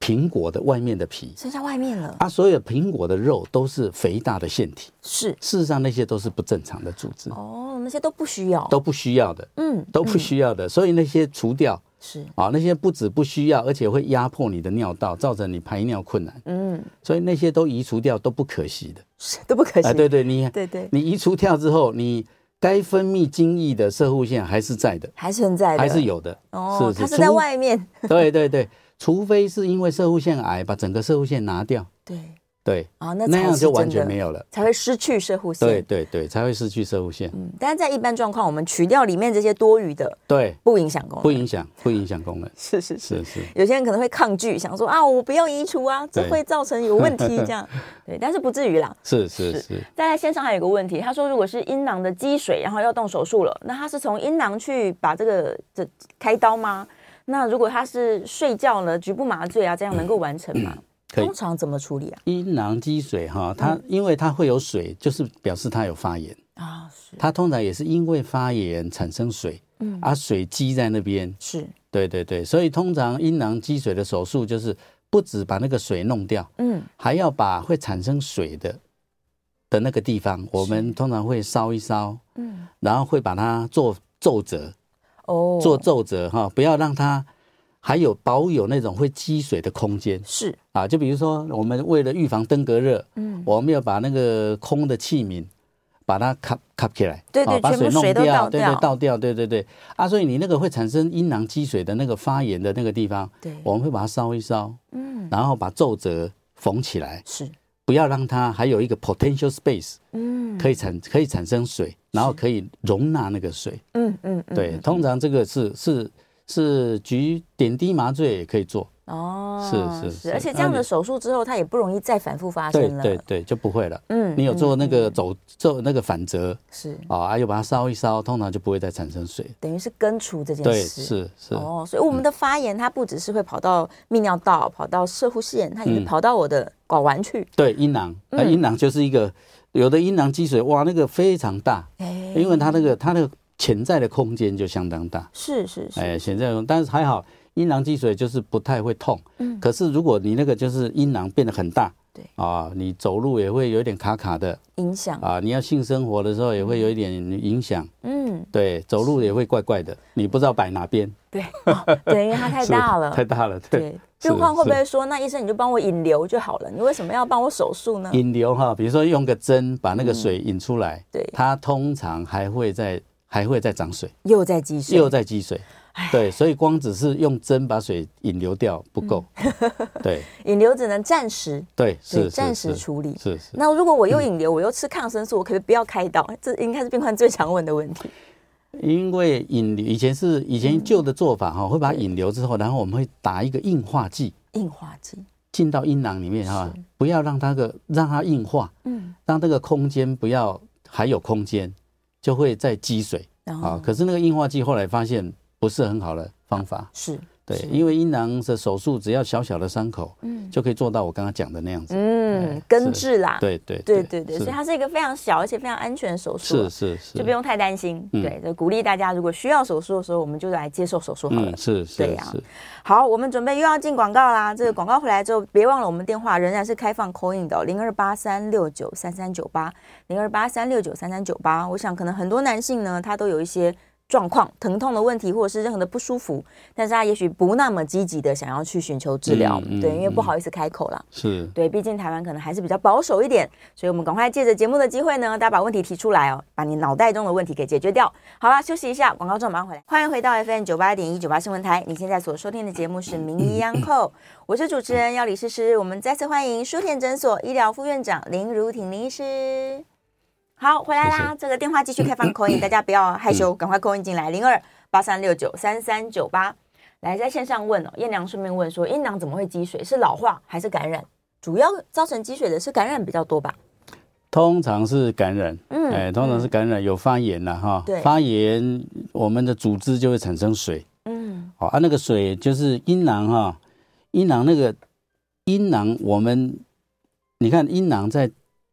苹果的外面的皮剩下外面了，啊，所有苹果的肉都是肥大的腺体，是事实上那些都是不正常的组织，哦，那些都不需要，都不需要的，嗯都不需要的，所以那些除掉是啊，那些不止不需要，而且会压迫你的尿道，造成你排尿困难，嗯所以那些都移除掉都不可惜的是都不可啊，行。对对，你对对，你移除掉之后，你该分泌精液的射护腺还是在的，还存在的，还是有的。哦，它是除在外面，对对对，除非是因为射护腺癌把整个射护腺拿掉，对，对，啊，那那才样是就完真全没的，有了。才会失去射护对线。对对，才会失去射护腺。嗯，但是在一般状况，我们取掉里面这些多余的，对，不影响功能。不 影响，不影响功能。是是是。是是，有些人可能会抗拒，想说啊，我不要移除啊，这对会造成有问 题这样。对，但是不至于啦。是是是是，大家线上还有一个问题，他说如果是阴囊的积水，然后要动手术了，那他是从阴囊去把这个这开刀吗？那如果他是睡觉呢，局部麻醉啊，这样能够完成吗？嗯可以通常怎么处理啊？阴囊积水嗯哈，它因为它会有水，就是表示它有发炎。啊，是它通常也是因为发炎产生水，嗯，啊，水积在那边，是，对对对，所以通常阴囊积水的手术就是不止把那个水弄掉，嗯，还要把会产生水的的那个地方，我们通常会烧一烧，嗯，然后会把它做皱褶，哦，做皱褶哈，不要让它还有保有那种会积水的空间是啊。就比如说，我们为了预防登革热，嗯，我们要把那个空的器皿。把它卡卡起来，对对啊把全部水弄水都倒对掉对，倒掉，对对对，啊，所以你那个会产生阴囊积水的那个发炎的那个地方，对我们会把它烧一烧，嗯，然后把皱褶缝起来，是，不要让它还有一个 potential space 嗯可以产可以产生水，然后可以容纳那个水。嗯嗯嗯，对，通常这个是是是局点滴麻醉也可以做，哦，是是是而且这样的手术之后，它也不容易再反复发对生了。对对，就不会了。嗯你有做嗯那个走做那个反折是啊，啊又把它烧一烧，通常就不会再产生水。等于是根除这件对，事。是是，嗯哦，所以我们的发炎它不只是会跑到泌尿道、跑到射护腺，它也会嗯跑到我的睾丸去。对阴囊，那嗯阴囊就是一个有的阴囊积水，哇，那个非常大，哎因为它那个它那个潜在的空间就相当大。是是是，哎，潜在的，但是还好，阴囊积水就是不太会痛。嗯，可是如果你那个就是阴囊变得很大，对啊，你走路也会有点卡卡的影响。啊，你要性生活的时候也会有一点影响，嗯，对，走路也会怪怪的，你不知道摆哪边，对，哦对， 因为它太是大了。太大了，对。对，是病患会不会是说，那医生你就帮我引流就好了？你为什么要帮我手术呢？引流哈，比如说用个针把嗯那个水引出来，对它通常还会再还会再涨水，又在积水，又在积水，对，所以光只是用针把水引流掉不够，对引流只能暂时，对嗯 对是暂时是是处理是是。那如果我又引流，我又吃抗生素，我可不可以不要开刀？这应该是病患最常问的问 题。因为引流以前是以前旧的做法哈，嗯会把它引流之后，然后我们会打一个硬化剂硬化剂，进到阴囊里面哈，不要让它个让它硬化，嗯，让这个空间不要还有空间，就会再积水然啊后。可是那个硬化剂后来发现不是很好的方法，是，对嗯是，因为阴囊的手术只要小小的伤口，嗯，就可以做到我刚刚讲的那样子，嗯，根治啦，哎对对对对对，是所以它是一个非常小而且非常安全的手术啊，是是是，就不用太担心。嗯对，就鼓励大家，如果需要手术的时候，我们就来接受手术好了嗯。是是对啊是，好，我们准备又要进广告啦。这个广告回来之后，别忘了我们电话仍然是开放 c a in 的零二八三六九三三九八零二八三六九三三九八。我想可能很多男性呢，他都有一些状况、疼痛的问题，或者是任何的不舒服，但是他也许不那么积极的想要去寻求治疗，嗯嗯对，因为不嗯好意思开口啦。是对，毕竟台湾可能还是比较保守一点，所以我们赶快借着节目的机会呢，大家把问题提出来哦，把你脑袋中的问题给解决掉。好啦，休息一下，广告之后马上回来。欢迎回到 FM 九八点一九八新闻台，你现在所收听的节目是《名医央叩》，我是主持人要李诗诗。我们再次欢迎舒田诊所医疗副院长林如婷林医师。好，回来啦！谢谢这个电话继续开放 口音，大家不要害羞，赶快口音进来，零二八三六九三三九八。来，在线上问哦，燕良顺便问说，阴囊怎么会积水？是老化还是感染？主要造成积水的是感染比较多吧？通常是感染，嗯哎，通常是感染有发炎了哈对，发炎我们的组织就会产生水，嗯，好啊，那个水就是阴囊哈，阴囊那个阴囊，我们你看阴囊在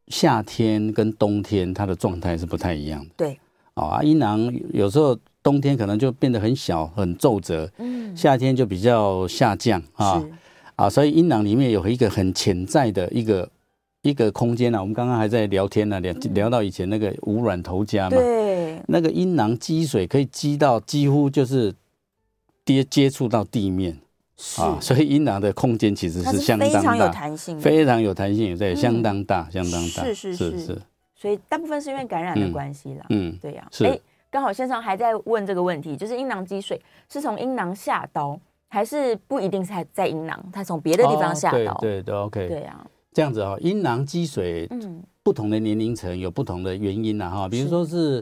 夏天跟冬天它的状态是不太一样的，对，好啊，阴囊有时候冬天可能就变得很小很皱褶，嗯，夏天就比较下降啊是，啊，所以阴囊里面有一个很潜在的一个。一个空间啊，我们刚刚还在聊天呢、啊聊聊到以前那个无卵头家嘛，对，啊那个阴囊积水可以积到几乎就是接接触到地面是，啊，所以阴囊的空间其实它是是相非当常有大，弹性的，非常有弹性，对，嗯相当大，相当大，是是是是所以大部分是因为感染的嗯关系啦。嗯，对呀、是诶刚好线上还在问这个问题，就是阴囊积水是从阴囊下刀，还是不一定是在在阴囊，它从别的地方下刀？哦对对对，OK，对呀、这样子哦，阴囊积水，嗯，不同的年龄层有不同的原因啦哈，比如说是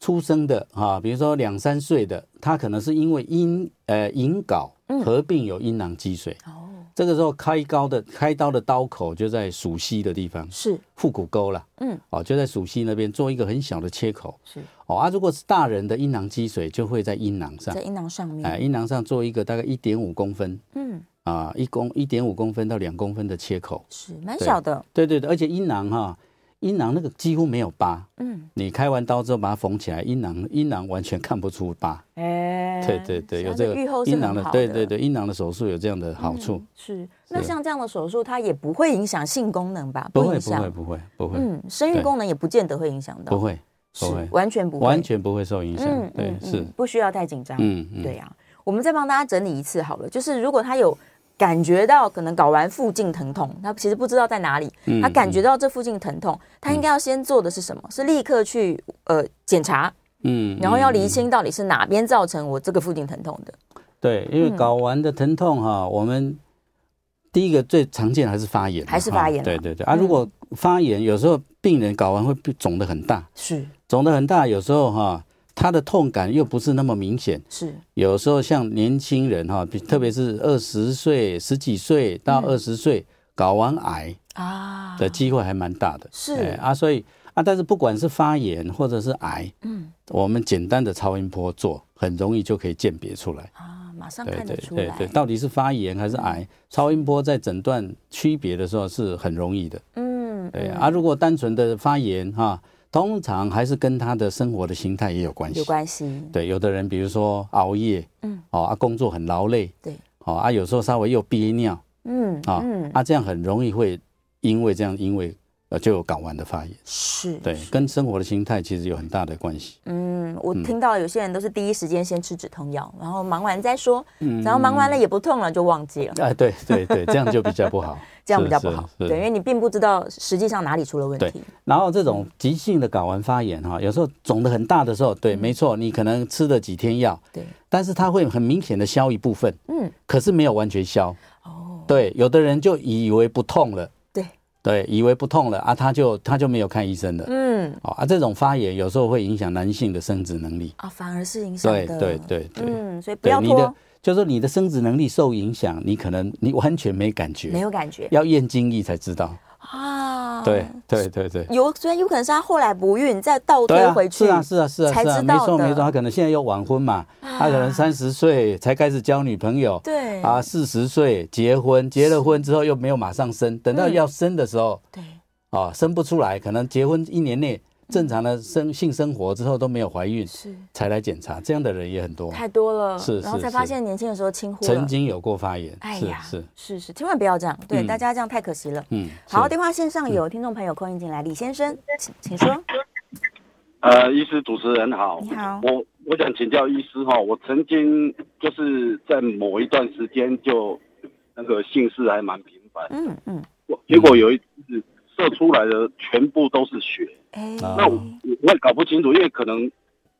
出生的哈，比如说两三岁的，他可能是因为阴呃隐睾合并有阴囊积水，嗯哦，这个时候开刀的开刀的刀口就在属膝的地方，是腹股沟啦，嗯，哦，就在属膝那边做一个很小的切口，是哦啊，如果是大人的阴囊积水，就会在阴囊上在，阴囊上面，哎，阴囊上做一个大概一点五公分嗯，啊，一公一点五公分到两公分的切口，是蛮对小的，对对对，而且阴囊哈，阴囊那个几乎没有疤，嗯，你开完刀之后把它缝起来，阴囊阴囊完全看不出疤，哎、对对对，有像这愈后个是阴很囊好的，嗯对对对，阴囊的手术有这样的好处，是。那像这样的手术，它也不会影响性功能吧？不会影不响会，不会不会嗯，生育对功能也不见得会影响到，不，会不是会，完全不会，完全不会受影响，对嗯是，不需要太紧张，嗯嗯对呀、啊我们再帮大家整理一次好了，就是如果他有感觉到可能睾丸附近疼痛，他其实不知道在哪里，嗯他感觉到这附近疼痛，他应该要先做的是什么？是立刻去呃检查，嗯，然后要嗯厘清到底是哪边造成我这个附近疼痛的。对，因为嗯睾丸的疼痛哈、我们第一个最常见还是发炎嘛，还是发炎嗯嘛哈对对对啊，如果发炎，有时候病人睾丸会肿得很大，是肿得很大，有时候哈、它的痛感又不是那么明显。是有时候像年轻人哈，比特别是二十岁、十几岁到二十岁，睾丸癌嗯啊，的机会还蛮大的。是哎啊，所以啊，但是不管是发炎或者是癌，嗯我们简单的超音波做，很容易就可以鉴别出来。啊，马上对看得对出对来嗯对，，到底是发炎还是癌，超音波在诊断区别的时候是很容易的。嗯，对嗯啊，如果单纯的发炎哈、通常还是跟他的生活的形态也有关系。有关系，对，有的人比如说熬夜，嗯，哦啊，工作很劳累，对，哦啊，有时候稍微又憋尿嗯啊、嗯，啊，这样很容易会因为这样，因为呃就有睾丸的发炎，是，对，跟生活的心态其实有很大的关系。嗯，我嗯听到有些人都是第一时间先吃止痛药，然后忙完再说，嗯然后忙完了也不痛了就忘记了，哎，对对对，这样就比较不好 ，这样比较是不好，对，是是因为你并不知道实际上哪里出了问对题，然后这种急性的睾丸发炎哈，有时候肿得很大的时候，嗯对，没错，你可能吃了几天药，对，但是它会很明显的消一部分，嗯，可是没有完全消。哦，对，有的人就以为不痛了，对对，以为不痛了啊，他就他就没有看医生了。嗯，哦啊，这种发炎有时候会影响男性的生殖能力。啊，反而是影响对的，对对对，嗯，所以不对要你的拖，就是说你的生殖能力受影响，你可能你完全没感觉，没有感觉要验精液才知道。啊，对对对对。有，所以有可能是他后来不孕，再倒对推啊，嗯回去。是啊，是啊，是啊，才是啊，知没道错的啊没错，他可能现在又晚婚嘛，他可能三十岁才开始交女朋友，对啊，四十岁结婚，结了婚之后又没有马上生，等嗯到要生的时候，对，啊，生不出来，可能结婚一年内正常的生性生活之后都没有怀孕，是才来检查，这样的人也很多，太多了，哦是然后是才发是现年轻的时候轻忽了。曾经有过发炎哎，是呀，是，是是千万不要这样，对、嗯大家这样太可惜了。嗯，好，是电话线上有听众朋友扣音进来，李先生，请请说。呃，医师主持人好，你好我我想请教医师哈，我曾经就是在某一段时间就那个姓氏还蛮频繁，嗯嗯，我结果有一次射出来的全部都是血，哎、啊那我我也搞不清楚，因为可能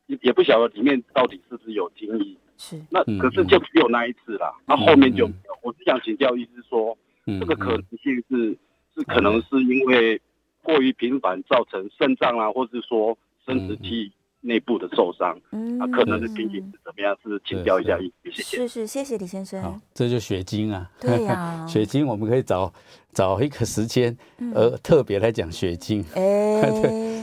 也也不晓得里面到底是不是有精液，是那嗯可是就只有那一次啦，那、后面就没有。我是想请教医师说，嗯啊这个可能嗯性是是可能是因为过于频繁造成肾脏啊，或是说生嗯殖器内部的受伤，嗯，啊，可能的情形是怎么样？是不是请教一下医师？谢谢。是是，谢谢李先好生。，这就血精啊，嗯对呀 血精我们可以找找一个时间，嗯呃，特别来讲血精。哎、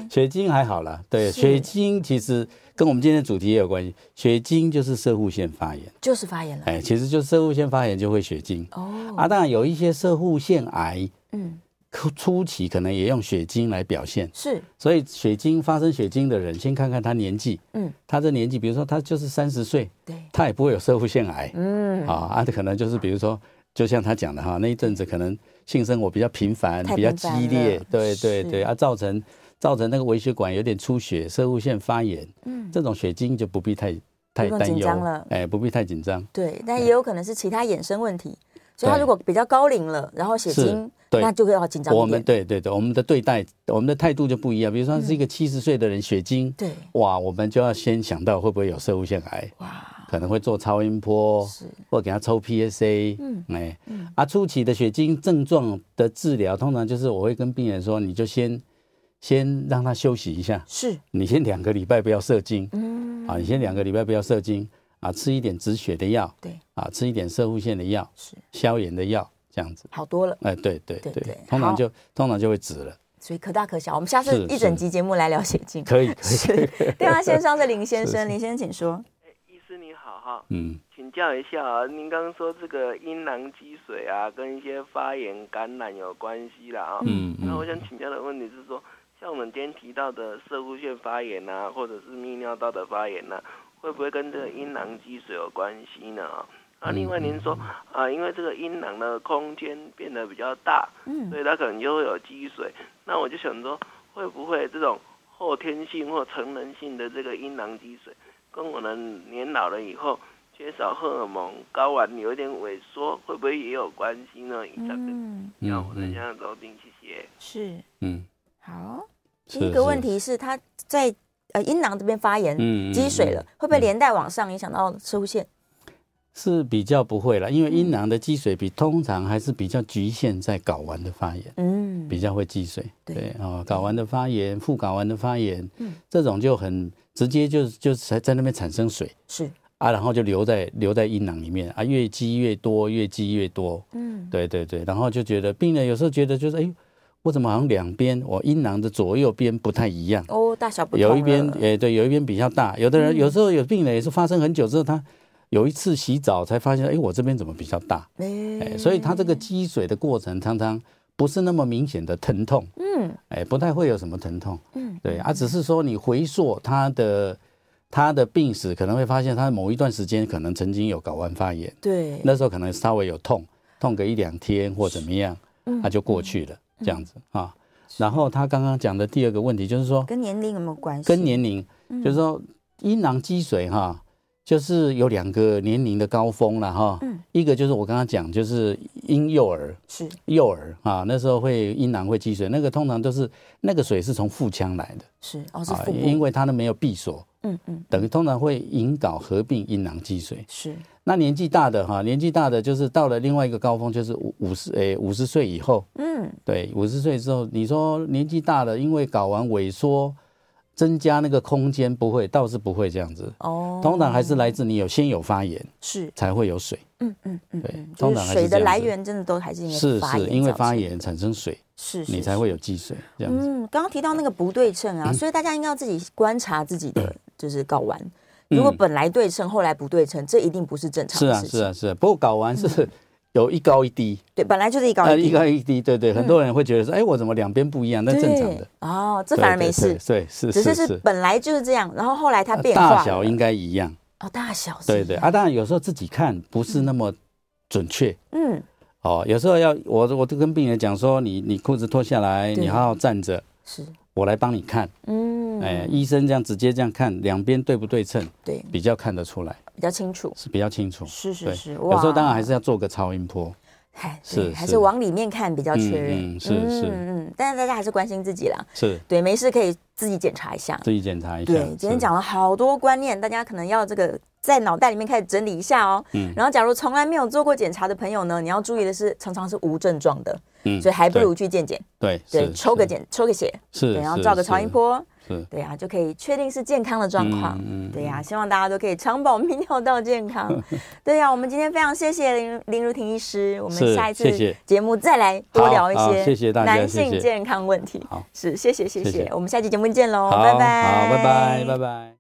血精还好啦，对，是血精其实跟我们今天的主题也有关系。血精就是射护腺发炎，就是发炎了。哎，其实就是射护腺发炎就会血精哦，啊。当然有一些射护腺癌嗯，初初期可能也用血精来表现，是所以血精发生血精的人，先看看他年纪，嗯，他这年纪，比如说他就是三十岁，对，他也不会有射护腺癌，嗯，啊，啊，这可能就是比如说，就像他讲的哈，那一阵子可能性生活比较频繁太，比较频激繁烈了，对对是对，啊，造成造成那个微血管有点出血，射物腺发炎，嗯这种血精就不必太太不用担紧忧张了哎，不必太紧张，对，但也有可能是其他衍生问题。所以他哎对如果比较高龄了，然后血是清，对那就要紧张一点。我们对对对，我们的对待，我们的态度就不一样。比如说嗯是一个七十岁的人血精，对哇，我们就要先想到会不会有射物腺癌，哇，可能会做超音波，是或给他抽 PSA，嗯嗯，哎，啊，初期的血精症状的治疗，通常就是我会跟病人说，你就先先让他休息一下，是，你先两个礼拜不要射精，嗯，啊，你先两个礼拜不要射精，啊，吃一点止血的药，对，啊，吃一点射护腺的药，是消炎的药，这样子，好多了，哎，对对对对对，通常就通常就会止了，所以可大可小。我们下次是一整是集节目来聊血清。可以可以，是，电话线上是林先生，林先生请说。医师你好哈，嗯，请教一下啊，您刚刚说这个阴囊积水啊，跟一些发炎感染有关系啦啊。嗯嗯那我想请教的问题是说，像我们今天提到的射物腺发炎啊，或者是泌尿道的发炎啊，会不会跟这个阴囊积水有关系呢？啊，啊另外您说啊，因为这个阴囊的空间变得比较大，嗯所以它可能就会有积水。那我就想说，会不会这种后天性或成人性的这个阴囊积水，跟我们年老了以后缺少荷尔蒙、睾丸有点萎缩，会不会也有关系呢？以上跟嗯，要嗯我的嗯家长收听，谢谢。是嗯，好。第是一个问，是题是他在呃阴囊这边发炎嗯嗯积水了，会不会连带往上影响到射物线？是比较不会了，因为嗯阴囊的积水比通常还是比较局限在睾丸的发炎，嗯，比较会积水。对嗯哦，睾丸的发炎、副睾丸的发炎，这种就很直接就就在在那边产生水是啊，然后就留在留在阴囊里面啊，越积越多，越积越多。嗯，对对对，然后就觉得病人有时候觉得就是哎呦，我怎么好像两边我阴囊的左右边不太一样。哦，大小不同了嗯有一边，诶，对，有一边比较大。有的人、有时候有病人也是发生很久之后，他有一次洗澡才发现，哎，我这边怎么比较大？哎，哎所以他这个积水的过程常常不是那么明显的疼痛，嗯哎，不太会有什么疼痛。嗯，对啊，只是说你回溯他的他的病史，可能会发现他某一段时间可能曾经有睾丸发炎，对，那时候可能稍微有痛，痛个一两天或怎么样，嗯他就过去了，这样子啊。然后他刚刚讲的第二个问题就是说，跟年龄有没有关系？嗯跟年龄，就是说阴囊积水哈，就是有两个年龄的高峰了哈。嗯一个就是我刚刚讲，就是婴幼儿，是幼儿啊，那时候会阴囊会积水，那个通常都是那个水是从腹腔来的是哦，是啊，腹因部，为它都没有闭锁，嗯嗯，等于通常会引导合并阴囊积水。是那年纪大的哈，年纪大的就是到了另外一个高峰，就是五五十诶五十岁以后，嗯对，五十岁之后，你说年纪大了，因为睾丸萎缩，增加那个空间不会，倒是不会这样子。哦，通常还是来自你有先有发炎，是才会有水。嗯嗯嗯，对嗯通就常是还是水的这样来子源真的都还是因为是发是，炎因为造发成炎产生水，是是你才会有积水这样子。嗯嗯，刚刚提到那个不对称啊，所以大家应该要自己观察自己的就是睾丸。如果本来对称，后来不对称，这一定不是正常嗯是的啊事情。是啊是啊，不过睾丸是 有一高一低，对，本来就是一高呃一一低，嗯高一低，对对，很多人会觉得说，哎，我怎么两边不一样？那对正常的，哦，这这反而没事，对，是只是呃是是本来就是这样，然后后来它变化大了小应该一样，哦，大小是对一对样啊，当然有时候自己看不是那么准确，嗯哦，有时候要我我都跟病人讲说，你你裤子脱下来，对你好好站着，是我来帮你看。嗯哎，医生这样直接这样看，两边对不对称，对比较看得出来，比较清楚是比较清楚。是是对是有时候哇当然还是要做个超音波。哎是对还是是往里面看比较确认嗯嗯是是嗯嗯，但是大家还是关心自己啦，是。对，没事可以自己检查一下自己检查一下。对，今天是讲了好多观念，大家可能要这个在脑袋里面开始整理一下哦。嗯然后，假如从来没有做过检查的朋友呢，你要注意的是，常常是无症状的，嗯所以还不对如去健检，对对，是抽个是检，抽个血，是，对，然后是照个超音，波，是对啊，就可以确定是健康的状况。嗯嗯对呀、希望大家都可以长保泌尿道健康。 对呀、我们今天非常谢谢林林如婷医师，我们是下一次谢谢节目再来多好聊一好些谢谢大家男谢性谢健康问题。好是谢谢谢谢谢谢我们下期节目见喽，好拜拜，好，拜拜，拜拜。